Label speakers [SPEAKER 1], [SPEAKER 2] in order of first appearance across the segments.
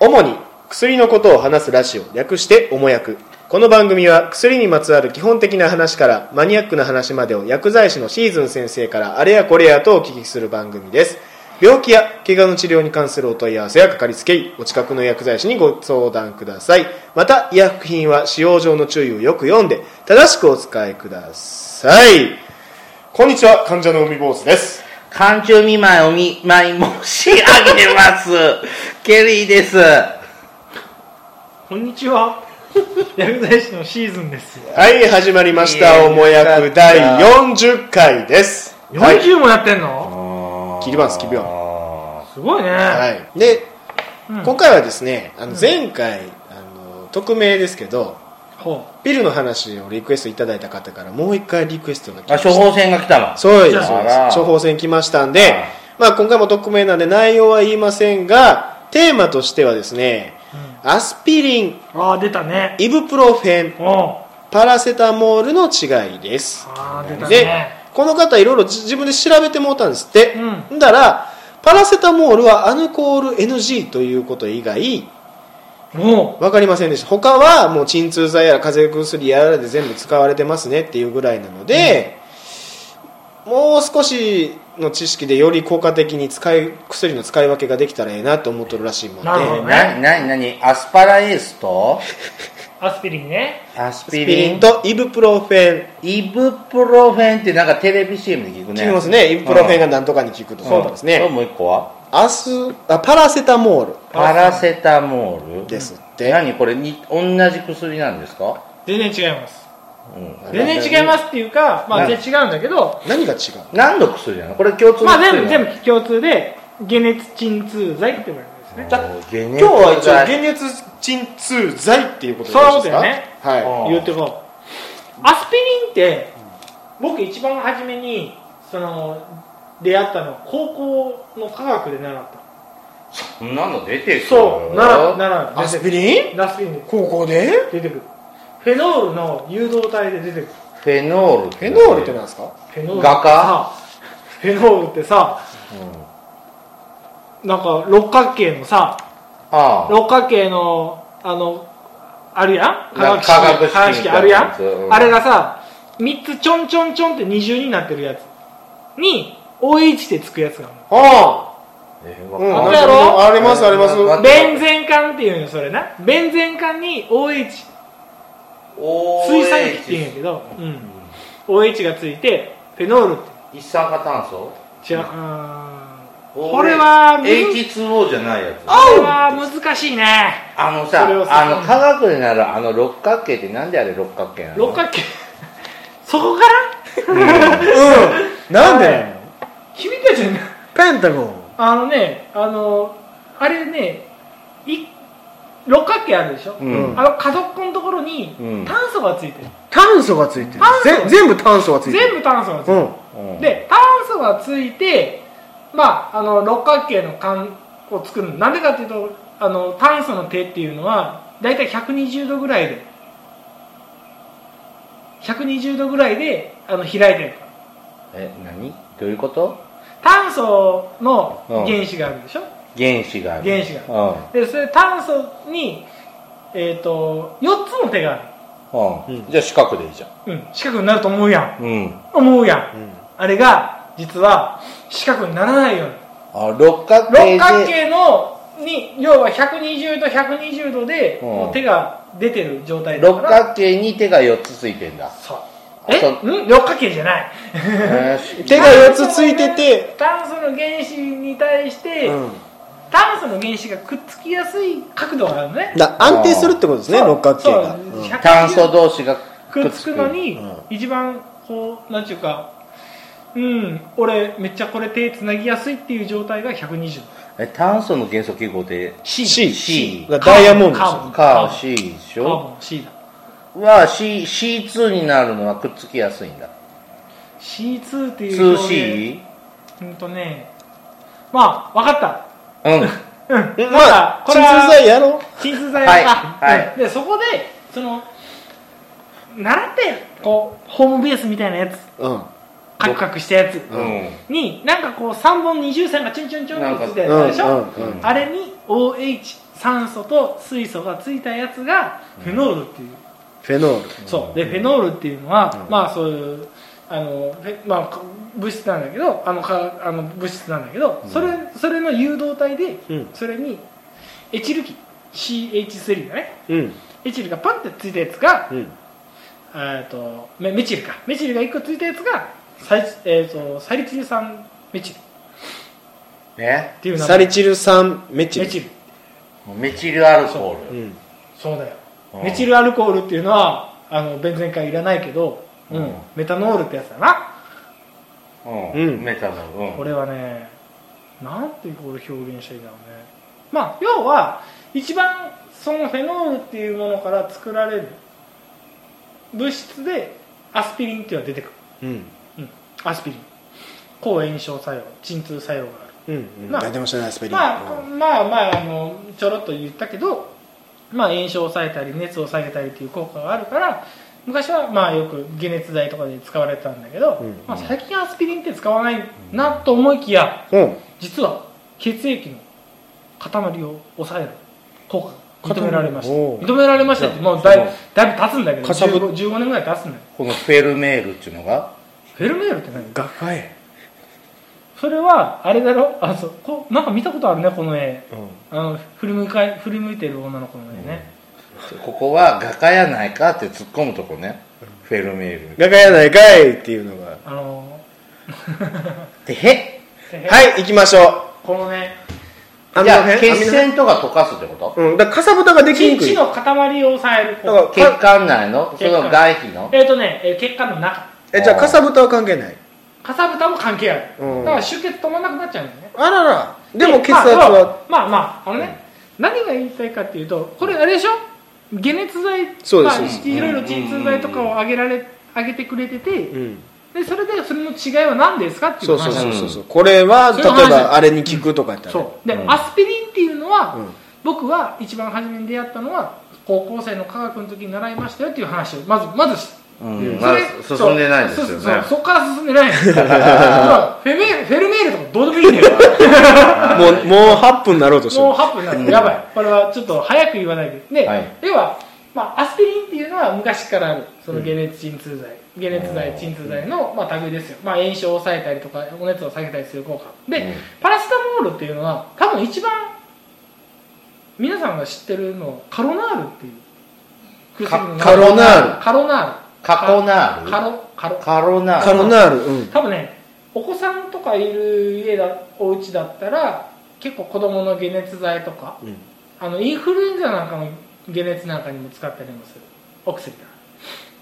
[SPEAKER 1] 主に薬のことを話すラジオ略して「おもやく」この番組は薬にまつわる基本的な話からマニアックな話までを薬剤師のシーズン先生からあれやこれやとお聞きする番組です病気や怪我の治療に関するお問い合わせやかかりつけ医お近くの薬剤師にご相談くださいまた医薬品は使用上の注意をよく読んで正しくお使いくださいこんにちは患者の海坊主です
[SPEAKER 2] 寒中見舞いお見舞い申し上げ ます。ケリーです。
[SPEAKER 3] こんにちは。薬剤師のシーズンです。
[SPEAKER 1] はい始まりまし
[SPEAKER 2] い
[SPEAKER 1] た「
[SPEAKER 2] や
[SPEAKER 1] おもやく」第40回ですはい
[SPEAKER 3] 40もやってんの、
[SPEAKER 1] 切ります切ります
[SPEAKER 3] すごいね。
[SPEAKER 1] はい、で、
[SPEAKER 3] うん
[SPEAKER 1] 今回はですねあの前回、あの匿名ですけど
[SPEAKER 3] ほ
[SPEAKER 1] ピルの話をリクエストいただいた方からもう一回リクエストが来
[SPEAKER 2] あ、
[SPEAKER 1] まし
[SPEAKER 2] 処
[SPEAKER 1] た
[SPEAKER 2] 方箋が来たの。
[SPEAKER 1] そうです
[SPEAKER 3] じゃあ
[SPEAKER 1] そうです
[SPEAKER 2] あら
[SPEAKER 1] 処方箋来ましたんで
[SPEAKER 2] はい
[SPEAKER 1] まあ、今回も匿名なんで内容は言いませんがテーマとしてはですね
[SPEAKER 3] う
[SPEAKER 1] アスピリン
[SPEAKER 3] ん、ああ、出たね。
[SPEAKER 1] イブプロフェン
[SPEAKER 3] おう
[SPEAKER 1] パラセタモールの違いです
[SPEAKER 3] ああ、出た
[SPEAKER 1] で
[SPEAKER 3] ね。
[SPEAKER 1] この方いろいろ自自分で調べてもうたんですって、
[SPEAKER 3] う
[SPEAKER 1] だからパラセタモールはアルコール NG ということ以外
[SPEAKER 3] おう
[SPEAKER 1] わかりませんでした他はもう鎮痛剤やら風邪薬やらで全部使われてますねっていうぐらいなので、もう少しの知識でより効果的に使い薬の使い分けができたらええなと思っとるらしいもんで
[SPEAKER 3] なるほど
[SPEAKER 2] なになになにアスパラエースと
[SPEAKER 3] アスピリンね。
[SPEAKER 2] ア
[SPEAKER 1] ス
[SPEAKER 2] ス
[SPEAKER 1] ピ
[SPEAKER 2] ピ
[SPEAKER 1] リ
[SPEAKER 2] リ
[SPEAKER 1] ン
[SPEAKER 2] ン
[SPEAKER 1] とイブプロフェン
[SPEAKER 2] イブプロフェンってなんかテレビ CM で聞くね
[SPEAKER 1] 聞きますねイブプロフェンが何とかに効くと
[SPEAKER 2] うん
[SPEAKER 1] そうなんですね、
[SPEAKER 2] うんもう一個は
[SPEAKER 1] アスあパラセタモール
[SPEAKER 2] パラセタモール
[SPEAKER 1] ですって、
[SPEAKER 2] 何これに同じ薬なんですか、
[SPEAKER 3] 全然違います。
[SPEAKER 2] うん、
[SPEAKER 3] 全然違いますっていうか、まあ全然違うんだけど、
[SPEAKER 1] 何が違う
[SPEAKER 2] 何の薬なのこれ共通の薬
[SPEAKER 3] まあ全部、
[SPEAKER 2] なの
[SPEAKER 3] 全部共通で、解熱鎮痛剤って言われるんですね。
[SPEAKER 2] 今
[SPEAKER 1] 今日は一応解熱鎮痛剤っていうことでよろしいですか
[SPEAKER 3] そういうこと
[SPEAKER 1] はい
[SPEAKER 2] あー
[SPEAKER 3] 言うてこうアスピリンって僕一番初めにその出会ったのは高校の科学で習っ
[SPEAKER 2] そんなの出てく
[SPEAKER 3] た
[SPEAKER 2] る
[SPEAKER 3] そう習う習う
[SPEAKER 1] アスピリン
[SPEAKER 3] アスピリンで
[SPEAKER 1] 高校で
[SPEAKER 3] 出てくるフェノールの誘導体で出てくる
[SPEAKER 2] フェノール
[SPEAKER 1] フェノールってなんですか
[SPEAKER 3] フェノールって
[SPEAKER 2] 画
[SPEAKER 3] さ
[SPEAKER 2] 家
[SPEAKER 3] フェノールってさ
[SPEAKER 2] うん
[SPEAKER 3] なんか六角形のさ
[SPEAKER 2] ああ
[SPEAKER 3] 六角形のあのあるやん
[SPEAKER 2] な
[SPEAKER 3] 化
[SPEAKER 2] んか
[SPEAKER 3] 学式
[SPEAKER 2] 化学式
[SPEAKER 3] 化学式あるや
[SPEAKER 2] みたいなやつうん
[SPEAKER 3] んあれがさ3つちょんちょんちょんって二重になってるやつに OH でつくやつがあるの
[SPEAKER 1] あ
[SPEAKER 2] え
[SPEAKER 1] あ、
[SPEAKER 2] わ
[SPEAKER 1] う
[SPEAKER 2] か
[SPEAKER 1] ん、
[SPEAKER 2] ん
[SPEAKER 1] あ
[SPEAKER 2] ない
[SPEAKER 3] やろ
[SPEAKER 1] ありますあります
[SPEAKER 2] わかんない
[SPEAKER 3] ベンゼン管っていうんよそれなベンゼン管に OH 水酸液っていうんやけど、うん、OH がついてフェノールって
[SPEAKER 2] 一酸化炭素
[SPEAKER 3] 違う、うーんこれはむず
[SPEAKER 2] H2O じゃないやつ
[SPEAKER 3] これは難しいね
[SPEAKER 2] あの
[SPEAKER 3] それを
[SPEAKER 2] さ
[SPEAKER 3] さ
[SPEAKER 2] あの科学でなるあの六角形ってなんであれ六角形なの
[SPEAKER 3] 六角形そこから
[SPEAKER 1] うんなんでなの
[SPEAKER 3] 君たちの
[SPEAKER 1] ペンタゴン
[SPEAKER 3] あのねあのあれねい六角形あるで しょ、
[SPEAKER 2] うん
[SPEAKER 3] あの家族のところに
[SPEAKER 2] うん
[SPEAKER 3] 炭素がついてる、
[SPEAKER 1] 炭素がついてる
[SPEAKER 3] 炭素
[SPEAKER 1] ぜ全部炭素がついてる
[SPEAKER 3] 全部炭素がついてる、
[SPEAKER 1] うん
[SPEAKER 2] うん
[SPEAKER 3] で炭素がついて、まあ、あの六角形の管を作るのなんでかっていうとあの炭素の手っていうのは大体120度ぐらいで120度ぐらいであの開いてるから
[SPEAKER 2] え何どういうこと
[SPEAKER 3] 炭素の原子があるでしょ、
[SPEAKER 2] 原子がある
[SPEAKER 3] 原子
[SPEAKER 2] が
[SPEAKER 3] でそれ炭素に、えー、と4つの手が
[SPEAKER 2] うんうんじゃあ四角でいいじゃ
[SPEAKER 3] ある、うん、四角になると思うや
[SPEAKER 2] ん
[SPEAKER 3] ん
[SPEAKER 2] うん
[SPEAKER 3] 思うやん、
[SPEAKER 1] うん
[SPEAKER 3] あれが実は四角にならないように
[SPEAKER 2] あ六角形で
[SPEAKER 3] 六角形のに要は120度120度で
[SPEAKER 2] うん
[SPEAKER 3] もう手が出てる状態だか
[SPEAKER 2] 六
[SPEAKER 3] ら
[SPEAKER 2] 角形に手が四つつい てんだ
[SPEAKER 3] そう
[SPEAKER 2] そ
[SPEAKER 3] え
[SPEAKER 2] うん
[SPEAKER 3] 六角形じゃない
[SPEAKER 2] へー
[SPEAKER 1] 手が4つついてて
[SPEAKER 3] 炭素の原子に対して、
[SPEAKER 1] うん
[SPEAKER 3] 炭素の原子がくっつきやすい角度があるのね
[SPEAKER 1] だ安定するってことですね
[SPEAKER 3] そう
[SPEAKER 1] 六角形が
[SPEAKER 3] そう
[SPEAKER 1] うん
[SPEAKER 3] 120
[SPEAKER 2] 炭素同士が
[SPEAKER 3] くっつくのに
[SPEAKER 1] うん
[SPEAKER 3] 一番こうなんていうかうん俺めっちゃこれ手つなぎやすいっていう状態が120
[SPEAKER 2] え炭素の元素記号で
[SPEAKER 3] C
[SPEAKER 1] C
[SPEAKER 2] C
[SPEAKER 1] だからダイヤモンドです
[SPEAKER 3] カーボ
[SPEAKER 1] よ
[SPEAKER 3] ン
[SPEAKER 2] か C でし
[SPEAKER 3] カー
[SPEAKER 2] ょ
[SPEAKER 3] ボン C だ
[SPEAKER 2] は C C2 になるのはくっつきやすいんだ
[SPEAKER 3] C2 っていう表
[SPEAKER 2] 2C
[SPEAKER 3] 現うんとねまあ分かった
[SPEAKER 2] うん
[SPEAKER 3] うん、ま
[SPEAKER 1] ま
[SPEAKER 3] だ
[SPEAKER 1] あ
[SPEAKER 3] こ
[SPEAKER 1] 鎮
[SPEAKER 3] れは
[SPEAKER 1] 痛剤やろ
[SPEAKER 3] 鎮痛剤
[SPEAKER 2] はい
[SPEAKER 3] あ
[SPEAKER 2] はい
[SPEAKER 3] うんでそこでその習ってこうホームベースみたいなやつ
[SPEAKER 1] うん
[SPEAKER 3] カクカクしたやつ
[SPEAKER 2] うん
[SPEAKER 3] になんかこう3本二重線がチュンチュンチュンってついてるやつあるでしょ、
[SPEAKER 1] うんうんうん
[SPEAKER 3] あれに OH 酸素と水素がついたやつがフェノールっていう、
[SPEAKER 1] フェノール
[SPEAKER 3] そうでフェノールっていうのは、
[SPEAKER 1] うん
[SPEAKER 3] まあそういうあのフェまあ、か物質なんだけどあのかあの物質なんだけど、それそれの誘導体で、
[SPEAKER 1] うん
[SPEAKER 3] それにエチル基 CH3 だね
[SPEAKER 1] うん
[SPEAKER 3] エチルがパンってついたやつが、
[SPEAKER 1] うん
[SPEAKER 3] えっとメメチルかメチルが1個ついたやつがサイ,、えー、とサリチル酸メチルっ
[SPEAKER 2] ね
[SPEAKER 3] ていう名前
[SPEAKER 1] サリチル酸メチル
[SPEAKER 3] メチル
[SPEAKER 2] メチルアルコー
[SPEAKER 1] う
[SPEAKER 2] ル
[SPEAKER 1] ん
[SPEAKER 3] そうだよ
[SPEAKER 2] うん
[SPEAKER 3] メチルアルコールっていうのはあのベンゼン化いらないけど、うん
[SPEAKER 2] うん
[SPEAKER 3] メタノールってやつだな
[SPEAKER 2] う
[SPEAKER 1] うん
[SPEAKER 2] んメタノール
[SPEAKER 3] これはねなんてこれ表現したらいいんだろうねまあ要は一番そのフェノールっていうものから作られる物質でアスピリンっていうのは出てくる
[SPEAKER 1] うん
[SPEAKER 3] うん、アスピリン抗炎症作用鎮痛作用がある
[SPEAKER 1] うんうん
[SPEAKER 3] まあ
[SPEAKER 1] 何でも知らないスペリン
[SPEAKER 3] まあ
[SPEAKER 1] うん
[SPEAKER 3] まあまああのちょろっと言ったけど、まあ、炎症を抑えたり熱を下げたりという効果があるから昔はまあよく解熱剤とかで使われてたんだけど、
[SPEAKER 1] うん
[SPEAKER 3] まあ、最近アスピリンって使わないなと思いきや
[SPEAKER 1] うん
[SPEAKER 3] 実は血液の塊を抑える効果が認められました
[SPEAKER 1] おう
[SPEAKER 3] 認められましたってもうだいぶ
[SPEAKER 2] いや
[SPEAKER 3] だいぶ経つんだけど
[SPEAKER 1] かさぶ
[SPEAKER 3] 15, 15年ぐらい経つんだよ
[SPEAKER 2] このフェルメールっていうのが
[SPEAKER 3] フェルメールって何
[SPEAKER 1] 学会
[SPEAKER 3] それはあれだろあそうこなんか見たことあるねこの絵あの振り向かい振り向いてる女の子の絵ね、
[SPEAKER 2] ここは画家やないかって突っ込むとこねフェルメール
[SPEAKER 1] 学会やないかいっていうのが
[SPEAKER 3] あの
[SPEAKER 2] でへ
[SPEAKER 1] はい行きましょ
[SPEAKER 3] このね
[SPEAKER 1] う
[SPEAKER 2] じゃあ
[SPEAKER 1] 編
[SPEAKER 2] 血栓とか溶かすってこと
[SPEAKER 1] うんだからかさぶたができ
[SPEAKER 3] 血
[SPEAKER 1] にくい
[SPEAKER 3] 血
[SPEAKER 1] だ
[SPEAKER 3] の塊を抑える
[SPEAKER 1] から
[SPEAKER 3] こう
[SPEAKER 2] 血
[SPEAKER 1] か
[SPEAKER 2] 管内のそ
[SPEAKER 3] 血管
[SPEAKER 2] の外皮の
[SPEAKER 3] えっ、とね、えー血管の中
[SPEAKER 1] えじゃあかさぶたは関係ない
[SPEAKER 3] かさぶたも関係ある、
[SPEAKER 1] うん
[SPEAKER 3] だから出血止まらなくなっちゃうんだよね
[SPEAKER 1] あららでも血
[SPEAKER 3] まあ
[SPEAKER 1] 圧は
[SPEAKER 3] まあまああのね、何が言いたいかっていうとこれあれでしょ解熱剤
[SPEAKER 1] そうです
[SPEAKER 3] まあ
[SPEAKER 1] そうです
[SPEAKER 3] いろいろ鎮痛剤とかを上げられ上げてくれてて、
[SPEAKER 1] うん
[SPEAKER 3] でそれでそれの違いは何ですかってい
[SPEAKER 1] そううそう
[SPEAKER 3] 話
[SPEAKER 1] そう
[SPEAKER 2] う
[SPEAKER 1] そ
[SPEAKER 2] ん
[SPEAKER 1] うそうこれは
[SPEAKER 3] そ
[SPEAKER 1] 例え
[SPEAKER 3] れの話
[SPEAKER 1] ばあれに効くとかやったらね
[SPEAKER 3] そうで、
[SPEAKER 2] うん
[SPEAKER 3] アスピリンっていうのは、
[SPEAKER 1] うん
[SPEAKER 3] 僕は一番初めに出会ったのは高校生の科学の時に習いましたよっていう話をまずまずし
[SPEAKER 2] うん
[SPEAKER 3] そ
[SPEAKER 2] ま
[SPEAKER 3] れ
[SPEAKER 2] だ進んでないですよ
[SPEAKER 3] そうそう
[SPEAKER 2] ね
[SPEAKER 3] そうそこから進んでない だからフェメフェルメールとかどうでもいいんだよ
[SPEAKER 1] もうもう8分になろうとして
[SPEAKER 3] もう
[SPEAKER 1] る
[SPEAKER 3] 8分なのやばいこれはちょっと早く言わないでで、
[SPEAKER 2] はい
[SPEAKER 3] 要は、まあ、アスピリンっていうのは昔からあるその解熱鎮痛剤、解熱剤鎮痛剤の、まあ、類ですよ、まあ、炎症を抑えたりとかお熱を下げたりする効果で、
[SPEAKER 2] うん
[SPEAKER 3] パラセタモールっていうのは多分一番皆さんが知ってるのはカロナールっていうの名前
[SPEAKER 2] カロナー
[SPEAKER 3] カロナ
[SPEAKER 2] カコナ
[SPEAKER 3] ー
[SPEAKER 2] ー
[SPEAKER 3] ル
[SPEAKER 2] ル
[SPEAKER 3] カロカロ
[SPEAKER 2] カロナール
[SPEAKER 1] カロナールうん
[SPEAKER 3] 多分ねお子さんとかいる家だお家だったら結構子供の解熱剤とか
[SPEAKER 1] うん
[SPEAKER 3] あのインフルエンザなんかの解熱なんかにも使ったりもするお薬だ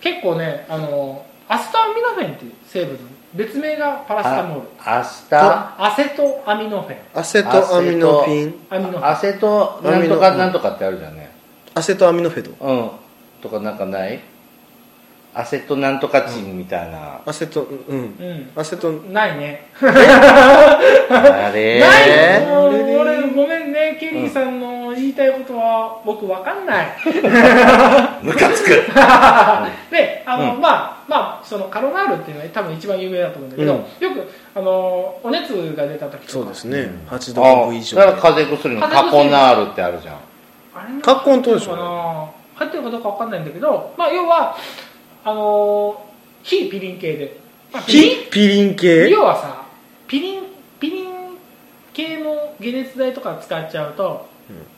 [SPEAKER 3] 結構ねあのアスタアミノフェンっていう成分の別名がパラセタモール
[SPEAKER 2] あアスタ
[SPEAKER 3] アセトアミノフェン
[SPEAKER 1] アセトアミノフィン
[SPEAKER 3] アミ ノフェン
[SPEAKER 2] アセトなんとかなんとかってあるじゃんね
[SPEAKER 1] アセトアミノフェド
[SPEAKER 2] うんとかなんかないアセトなんとかチンみた いな、
[SPEAKER 1] アセトうん
[SPEAKER 3] う
[SPEAKER 1] アセト
[SPEAKER 3] んないね、
[SPEAKER 2] あれ
[SPEAKER 3] ない
[SPEAKER 1] ー
[SPEAKER 3] もう俺ごめんねケリーさんの言いたいことは僕わかんない、
[SPEAKER 2] ムカつく
[SPEAKER 3] であの、
[SPEAKER 2] う
[SPEAKER 3] まあまあそのカロナールっていうのが多分一番有名だと思うんだけど、
[SPEAKER 1] うん
[SPEAKER 3] よくあのお熱が出た時とか
[SPEAKER 1] そうですね8度5分以
[SPEAKER 2] あ
[SPEAKER 1] 上
[SPEAKER 2] だから風邪薬のカコナールってあるじゃん
[SPEAKER 3] あれ
[SPEAKER 1] カッコンとでしょ
[SPEAKER 3] かな入ってるかどうかわかんないんだけど、まあ、要はあの非ピリン系で、まあ
[SPEAKER 1] ピピリン系
[SPEAKER 3] 要はさピリンピリン系の解熱剤とか使っちゃうと、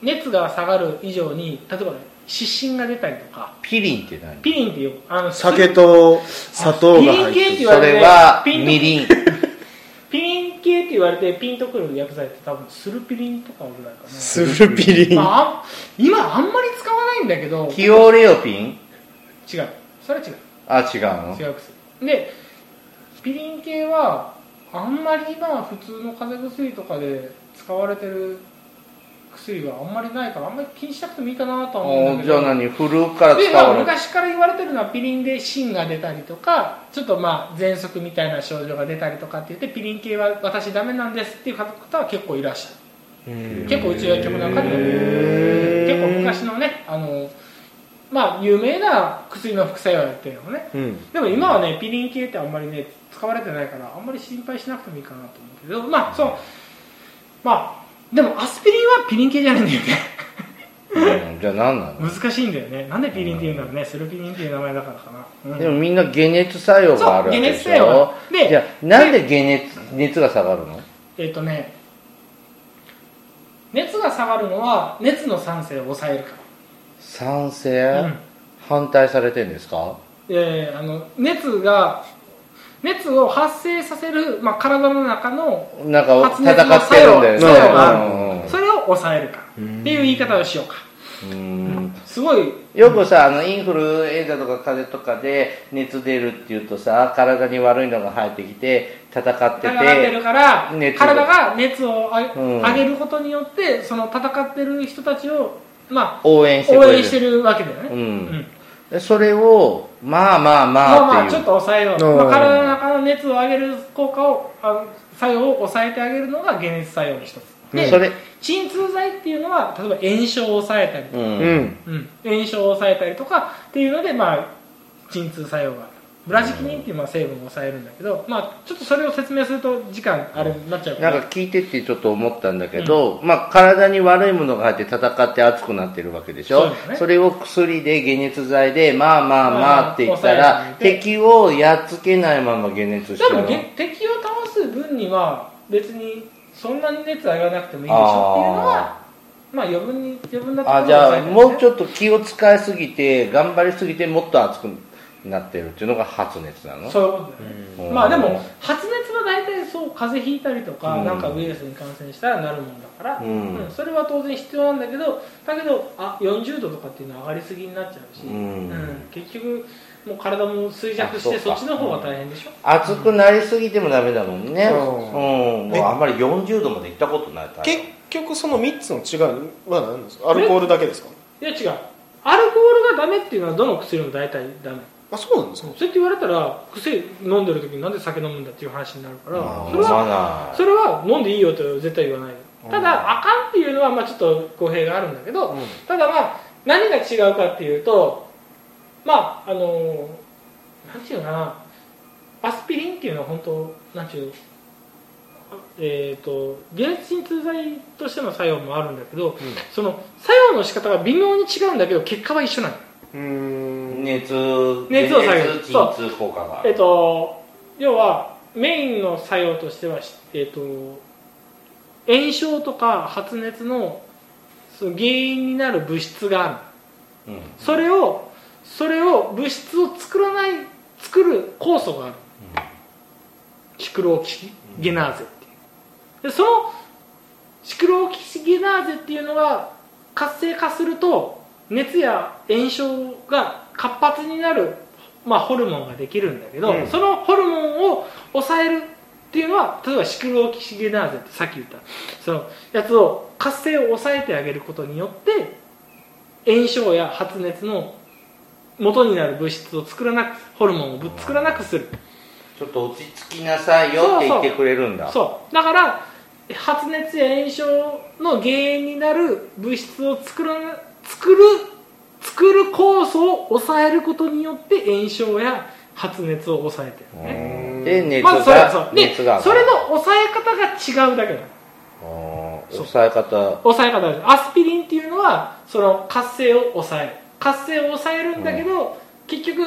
[SPEAKER 3] 熱が下がる以上に例えばね湿疹が出たりとか
[SPEAKER 2] ピリンって何
[SPEAKER 3] ピリンっていうあの
[SPEAKER 1] 酒と砂糖が
[SPEAKER 3] あピリン系
[SPEAKER 1] 入っ
[SPEAKER 3] っ
[SPEAKER 1] てて
[SPEAKER 3] 言
[SPEAKER 1] る
[SPEAKER 3] わ
[SPEAKER 2] それは
[SPEAKER 3] ピンと
[SPEAKER 2] みりん
[SPEAKER 3] ピリン系って言われてピンとくる薬剤って多分スルピリンとかぐらいかな、
[SPEAKER 1] スルピリン
[SPEAKER 3] まあ、あん今あんまり使わないんだけど違
[SPEAKER 2] キオレオピン
[SPEAKER 3] うそれは違う
[SPEAKER 2] あ違うの
[SPEAKER 3] 違う薬でピリン系はあんまり今普通の風邪薬とかで使われてる薬はあんまりないからあんまり気にしなくてもいいかなとは思うん
[SPEAKER 2] お
[SPEAKER 3] だけ
[SPEAKER 2] じゃ
[SPEAKER 3] ど
[SPEAKER 2] あ何古くから
[SPEAKER 3] で
[SPEAKER 2] 使
[SPEAKER 3] まあ
[SPEAKER 2] われる
[SPEAKER 3] 昔から言われてるのはピリンで芯が出たりとかちょっとまあ喘息みたいな症状が出たりとかって言ってピリン系は私ダメなんですっていう方は結構いらっしゃる結構うちの曲の中でも結構昔のねあのまあ有名な薬の副作用やってるのね
[SPEAKER 1] うん
[SPEAKER 3] でも今はねピリン系ってあんまりね使われてないからあんまり心配しなくてもいいかなと思うけどまあそうまあでもアスピリンはピリン系じゃないんだよね
[SPEAKER 2] う んじゃあ何なの
[SPEAKER 3] 難しいんだよねなんでピリンっていうんだろうねセロピリンっていう名前だからかな、うん
[SPEAKER 2] でもみんな解熱作用があるわけでし
[SPEAKER 3] そう解
[SPEAKER 2] ょ
[SPEAKER 3] 熱作用で
[SPEAKER 2] じゃあなんで解熱熱が下がるの
[SPEAKER 3] えっ、とね熱が下がるのは熱の酸性を抑えるか
[SPEAKER 2] 賛
[SPEAKER 3] ら、う
[SPEAKER 2] 成
[SPEAKER 3] ん
[SPEAKER 2] 反対されてんですか
[SPEAKER 3] えーあの熱が熱を発生させる、まあ、体の中の
[SPEAKER 2] なんか
[SPEAKER 3] 発
[SPEAKER 2] 戦
[SPEAKER 3] 熱の
[SPEAKER 2] ってるんだよね
[SPEAKER 1] 作用がある
[SPEAKER 3] それを抑えるかっていう言い方をしようか
[SPEAKER 2] うんうんうん
[SPEAKER 3] すごい
[SPEAKER 2] よくさあのインフルエンザとか風邪とかで熱出るっていうとさ体に悪いのが入ってきて戦って
[SPEAKER 3] 戦っ
[SPEAKER 2] て
[SPEAKER 3] てるから
[SPEAKER 2] 熱
[SPEAKER 3] 体が熱をあ
[SPEAKER 2] うん
[SPEAKER 3] 上げることによってその戦ってる人たちを、まあ、
[SPEAKER 2] 応援してく
[SPEAKER 3] 応
[SPEAKER 2] れる
[SPEAKER 3] 援してるわけだよね、
[SPEAKER 2] う
[SPEAKER 3] うん
[SPEAKER 2] んでそれをまあまあ
[SPEAKER 3] まあ
[SPEAKER 2] ま
[SPEAKER 3] ま
[SPEAKER 2] あ
[SPEAKER 3] あ
[SPEAKER 2] っ
[SPEAKER 3] ち
[SPEAKER 2] て
[SPEAKER 3] ょ
[SPEAKER 2] い
[SPEAKER 3] っ
[SPEAKER 2] う
[SPEAKER 3] と抑えよう、
[SPEAKER 1] うん
[SPEAKER 3] まあ、体の中の熱を上げる効果をあの作用を抑えてあげるのが解熱作用の一つで、
[SPEAKER 2] それ
[SPEAKER 3] 鎮痛剤っていうのは例えば炎症を抑えたりと
[SPEAKER 2] う
[SPEAKER 3] か、
[SPEAKER 1] うんん
[SPEAKER 3] うん炎症を抑えたりとかっていうので、まあ、鎮痛作用があるブラジキニンっていうまあ成分を抑えるんだけど、まあ、ちょっとそれを説明すると時間あれになっちゃうか
[SPEAKER 2] なん
[SPEAKER 3] ら
[SPEAKER 2] か聞いてってちょっと思ったんだけど、まあ、体に悪いものが入って戦って熱くなってるわけでし
[SPEAKER 3] そう
[SPEAKER 2] ょ
[SPEAKER 3] だね
[SPEAKER 2] それを薬で解熱剤でまあまあまあって言った
[SPEAKER 3] まあまあ抑
[SPEAKER 2] ら
[SPEAKER 3] えて
[SPEAKER 2] 敵をやっつけないまま解熱しちゃ
[SPEAKER 3] で
[SPEAKER 2] う
[SPEAKER 3] も
[SPEAKER 2] の
[SPEAKER 3] げ敵を倒す分には別にそんなに熱上げなくてもいいでしょっていうのはまあ余分に余分なところ
[SPEAKER 2] あじゃあもうち
[SPEAKER 3] ょっ
[SPEAKER 2] ょっと気を使いすぎて頑張りすぎてもっと熱くなってるっていうのが発熱なの
[SPEAKER 3] そういうことだよね、
[SPEAKER 2] うん
[SPEAKER 3] まあでも発熱は大体そう風邪ひいたりとか、
[SPEAKER 2] うん
[SPEAKER 3] なんかウイルスに感染したらなるもんだから、
[SPEAKER 2] うん
[SPEAKER 3] うんそれは当然必要なんだけどだけどあ40度とかっていうのは上がりすぎになっちゃうし、
[SPEAKER 2] うん
[SPEAKER 3] 結局もう体も衰弱して
[SPEAKER 2] あそう
[SPEAKER 3] そ
[SPEAKER 2] か
[SPEAKER 3] っちの方が大変でしょ、
[SPEAKER 2] 熱くなりすぎてもダメだもんね、う
[SPEAKER 1] うん
[SPEAKER 2] んもう
[SPEAKER 1] え
[SPEAKER 2] あんまり40度まで行ったことないタイ
[SPEAKER 1] 結局その3つの違いは何ですかアルコールだけですか
[SPEAKER 3] いや違うアルコールがダメっていうのはどの薬も大体ダメ
[SPEAKER 1] あそうなんですか
[SPEAKER 3] そうやって言われたら薬飲んでる時になんで酒飲むんだっていう話になるか
[SPEAKER 2] プ
[SPEAKER 3] ら
[SPEAKER 2] まあ
[SPEAKER 3] それは
[SPEAKER 2] 飲
[SPEAKER 3] それは飲んでいいよと絶対言わないただあかんっていうのはまあちょっと語弊があるんだけどただまあ何が違うかっていうとまああのなんていうのかなアスピリンっていうのは本当なんていうえー、と解熱鎮痛剤としての作用もあるんだけど、その作用の仕方が微妙に違うんだけど結果は一緒なの
[SPEAKER 1] う
[SPEAKER 2] ま
[SPEAKER 1] ん
[SPEAKER 2] な
[SPEAKER 1] うーん
[SPEAKER 2] 熱
[SPEAKER 3] 熱を下げる
[SPEAKER 2] 熱鎮痛効果がある
[SPEAKER 3] えっと、要はメインの作用としては、しえっと、炎症とか発熱のその原因になる物質がある
[SPEAKER 2] うん
[SPEAKER 3] それをそれを物質を作らない作る酵素がある、シクロオキシゲナーゼっていうでそのシクロオキシゲナーゼっていうのが活性化すると熱や炎症が活発になる、まあ、ホルモンができるんだけど、
[SPEAKER 1] うん
[SPEAKER 3] そのホルモンを抑えるっていうのは例えばシクロオキシゲナーゼってさっき言ったそのやつを活性を抑えてあげることによって炎症や発熱の元になる物質を作らなくホルモンをぶ作らなくする
[SPEAKER 2] ちょっと落ち着きなさいよって言ってくれるんだ
[SPEAKER 3] そうだから発熱や炎症の原因になる物質を作らな作る作る酵素を抑えることによって炎症や発熱を抑えてるね
[SPEAKER 2] うんで熱が、
[SPEAKER 3] まずそれはそうで
[SPEAKER 2] 熱
[SPEAKER 3] そ
[SPEAKER 2] が上がる
[SPEAKER 3] れの抑え方が違うだけなの
[SPEAKER 2] うん
[SPEAKER 3] そう
[SPEAKER 2] 抑え方
[SPEAKER 3] 抑え方ですアスピリンっていうのはその活性を抑える活性を抑えるんだけど、結局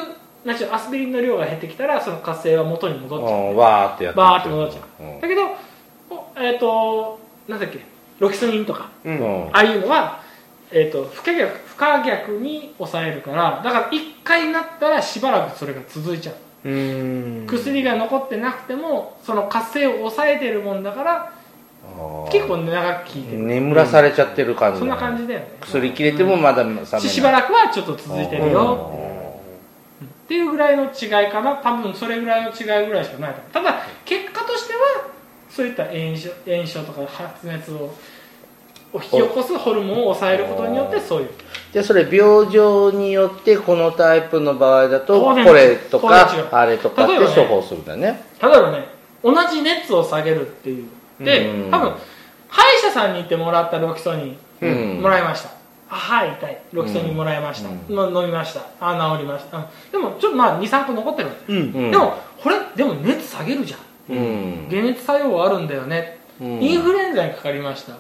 [SPEAKER 3] なんちゅうアスピリンの量が減ってきたらその活性は元に戻っちゃう、
[SPEAKER 2] うんわーってやって
[SPEAKER 3] バーって戻っちゃ
[SPEAKER 2] う
[SPEAKER 3] だけどおえっ、となんだっけロキソニンとか
[SPEAKER 1] うん
[SPEAKER 2] うん
[SPEAKER 3] ああいうのは、えー、と不可逆不可逆に抑えるからだから1回なったらしばらくそれが続いちゃう
[SPEAKER 1] うーん
[SPEAKER 3] 薬が残ってなくてもその活性を抑えてるもんだから
[SPEAKER 2] あー
[SPEAKER 3] 結構長く効いてる、
[SPEAKER 2] 眠らされちゃってる感じ
[SPEAKER 3] そんな感
[SPEAKER 2] じ
[SPEAKER 3] じだよね
[SPEAKER 2] 薬切れてもまだ冷めない
[SPEAKER 3] ししばらくはちょっと続いてるよっていうぐらいの違いかな多分それぐらいの違いぐらいしかないと思うただ結果としてはそういった炎症炎症とか発熱をを引き起こすホルモンを抑えることによってそういう
[SPEAKER 2] でそれ病状によってこのタイプの場合だと
[SPEAKER 3] 当然
[SPEAKER 2] これと
[SPEAKER 3] これは違う
[SPEAKER 2] かあれとかって
[SPEAKER 3] 例えばね
[SPEAKER 2] 処方するんだね
[SPEAKER 3] 例えばね同じ熱を下げるっていうで
[SPEAKER 2] うん
[SPEAKER 3] 多分歯医者さんに行ってもらったロキソニン
[SPEAKER 1] うん
[SPEAKER 2] うん
[SPEAKER 3] もらいました、あはい痛いロキソニンもらいました、
[SPEAKER 2] うん
[SPEAKER 3] の飲みましたあ治りましたあでもちょっとまあ23個残ってる、
[SPEAKER 1] うん
[SPEAKER 2] うん
[SPEAKER 3] でもこれでも熱下げるじゃん
[SPEAKER 2] うん
[SPEAKER 3] 解熱作用はあるんだよね
[SPEAKER 2] うん
[SPEAKER 3] インフルエンザにかかりました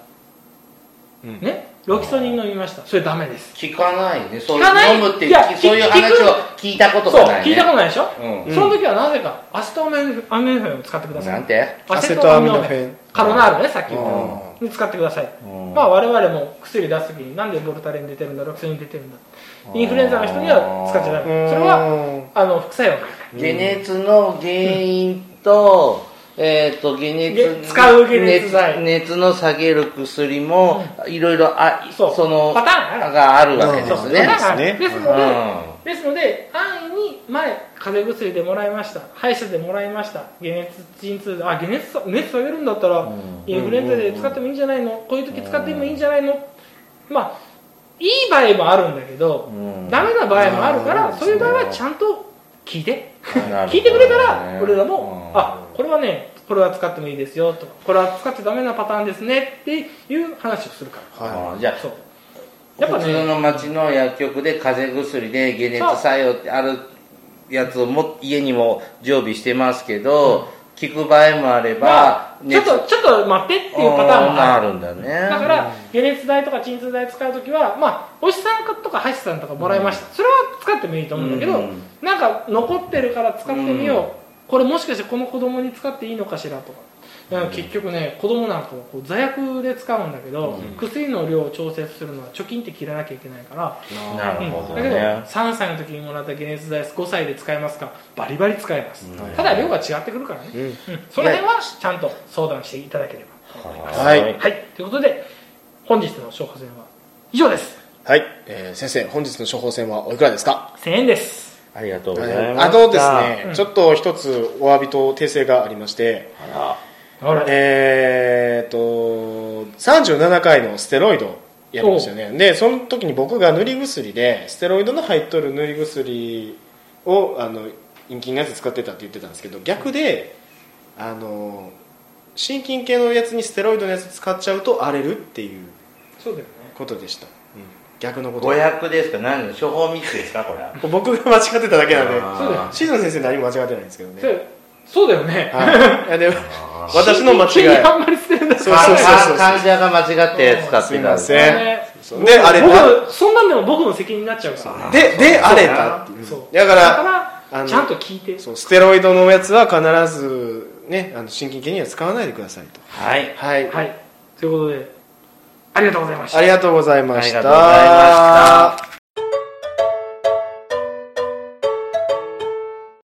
[SPEAKER 1] うん
[SPEAKER 3] ねロキソニン飲みましたそれダメです
[SPEAKER 2] 聞かないねそう
[SPEAKER 3] 聞かない
[SPEAKER 2] 飲むって
[SPEAKER 3] いや聞
[SPEAKER 2] そういう話を聞いたこと
[SPEAKER 3] そう
[SPEAKER 2] がない、ね、
[SPEAKER 3] 聞いたことないでしょ、
[SPEAKER 2] うん
[SPEAKER 3] その時はなぜかアセトアミノフェンを使ってください
[SPEAKER 2] なんて
[SPEAKER 1] アセトアミノフェン
[SPEAKER 3] カロナールねさっき言った
[SPEAKER 1] あ
[SPEAKER 3] のに使ってください
[SPEAKER 2] うん
[SPEAKER 3] まあ我々も薬出す時になんでボルタレン出てるんだロキソニン出てるんだインフルエンザの人には使っちゃダメそれは
[SPEAKER 1] は
[SPEAKER 3] あの副作用が
[SPEAKER 2] 解熱の原因と、えっ、と解熱
[SPEAKER 3] げ使う解熱剤
[SPEAKER 2] 熱熱の下げる薬もいろいろあ
[SPEAKER 3] そう
[SPEAKER 2] の
[SPEAKER 3] パターンある
[SPEAKER 2] があるわけで
[SPEAKER 1] そう
[SPEAKER 2] す
[SPEAKER 1] ん
[SPEAKER 2] ね
[SPEAKER 3] だから
[SPEAKER 1] ですね
[SPEAKER 3] ですのでですので安易に前風邪薬でもらいました歯医者でもらいました解熱鎮痛あ解熱熱下げるんだったら、
[SPEAKER 2] ん
[SPEAKER 3] インフルエンザで使ってもいいんじゃないのこういう時使ってもいいんじゃないのまあいい場合もあるんだけど、
[SPEAKER 2] うん
[SPEAKER 3] ダメな場合もあるから、
[SPEAKER 1] うん
[SPEAKER 3] そういう場合はちゃんと聞いて
[SPEAKER 2] なるほどね
[SPEAKER 3] 聞いてくれたら俺らも、
[SPEAKER 2] うん
[SPEAKER 3] あこれはねこれは使ってもいいですよとかこれは使っちゃダメなパターンですねっていう話をするから
[SPEAKER 1] は
[SPEAKER 2] あじゃあ
[SPEAKER 3] そうやっぱ
[SPEAKER 2] 普通
[SPEAKER 3] ね
[SPEAKER 2] の町の薬局で風邪薬で解熱作用ってあるやつをも家にも常備してますけど、効く場合もあれば、
[SPEAKER 3] まあ、ちょっ
[SPEAKER 2] 熱
[SPEAKER 3] とちょっと待ってっていうパターンもある
[SPEAKER 2] あるんだね
[SPEAKER 3] だから解熱剤とか鎮痛剤使う時は、まあ、お医者さんとか歯医者さんとかもらいました、それは使ってもいいと思うんだけど、
[SPEAKER 2] うん
[SPEAKER 3] なんか残ってるから使ってみよう、これもしかしてこの子供に使っていいのかしらとかなんか結局ね子供なんかはこう座薬で使うんだけど、薬の量を調節するのは貯金って切らなきゃいけないから、
[SPEAKER 1] い
[SPEAKER 2] なる
[SPEAKER 3] うん
[SPEAKER 2] ほど
[SPEAKER 3] だけど
[SPEAKER 2] ね、
[SPEAKER 3] 3歳の時にもらった解熱剤5歳で使えますかバリバリ使えます、
[SPEAKER 2] うん
[SPEAKER 3] ただ量が違ってくるからね、
[SPEAKER 1] うん
[SPEAKER 3] うんその辺はちゃんと相談していただければ
[SPEAKER 1] はい
[SPEAKER 3] はい、ということで、本日の処方箋は以上です。
[SPEAKER 1] はい、えー先生本日の処方箋はおいくらですか
[SPEAKER 3] 1000円です。
[SPEAKER 2] ありがとうございます
[SPEAKER 1] あとですね、
[SPEAKER 3] うん
[SPEAKER 1] ちょっと一つお詫びと訂正がありまして、
[SPEAKER 2] あら
[SPEAKER 3] あら、
[SPEAKER 1] えー、と37回のステロイドやりましたよねでその時に僕が塗り薬でステロイドの入っとる塗り薬をあの陰菌のやつ使ってたって言ってたんですけど逆であの心筋系のやつにステロイドのやつ使っちゃうと荒れるっていう
[SPEAKER 3] そうだよね。
[SPEAKER 1] ことでした、うん逆のこと
[SPEAKER 2] 誤訳ですか何処方ミスですかこれは
[SPEAKER 1] 僕が間違ってただけなんで
[SPEAKER 2] あー
[SPEAKER 3] そうだよ
[SPEAKER 1] シーズン先生何も間違ってないんですけどね
[SPEAKER 3] そうそうだよね。
[SPEAKER 1] はい、いやでも
[SPEAKER 2] あー
[SPEAKER 1] 私の間
[SPEAKER 3] 真剣
[SPEAKER 1] 違
[SPEAKER 3] に
[SPEAKER 1] い
[SPEAKER 3] あんまり捨てるんだ
[SPEAKER 1] そうそうそうそう
[SPEAKER 2] か患者が間違って使っ
[SPEAKER 1] すい
[SPEAKER 2] てた
[SPEAKER 1] ま
[SPEAKER 2] ん
[SPEAKER 1] せん、
[SPEAKER 3] ね
[SPEAKER 1] そうであれ
[SPEAKER 3] 僕、そんなんでも僕の責任になっちゃうから。
[SPEAKER 1] でで荒れたっていう
[SPEAKER 3] そう
[SPEAKER 1] だか
[SPEAKER 3] だ
[SPEAKER 1] ら
[SPEAKER 3] か
[SPEAKER 1] あ
[SPEAKER 3] ら、
[SPEAKER 1] の
[SPEAKER 3] ちゃんと聞いて。
[SPEAKER 1] そうステロイドのやつは必ずねあの心筋系には使わないでくださいと
[SPEAKER 2] はい
[SPEAKER 1] はい、
[SPEAKER 3] はい。ということで、ありがとうございました
[SPEAKER 1] あ。りがとうございま
[SPEAKER 2] あり
[SPEAKER 1] した
[SPEAKER 2] がとうございました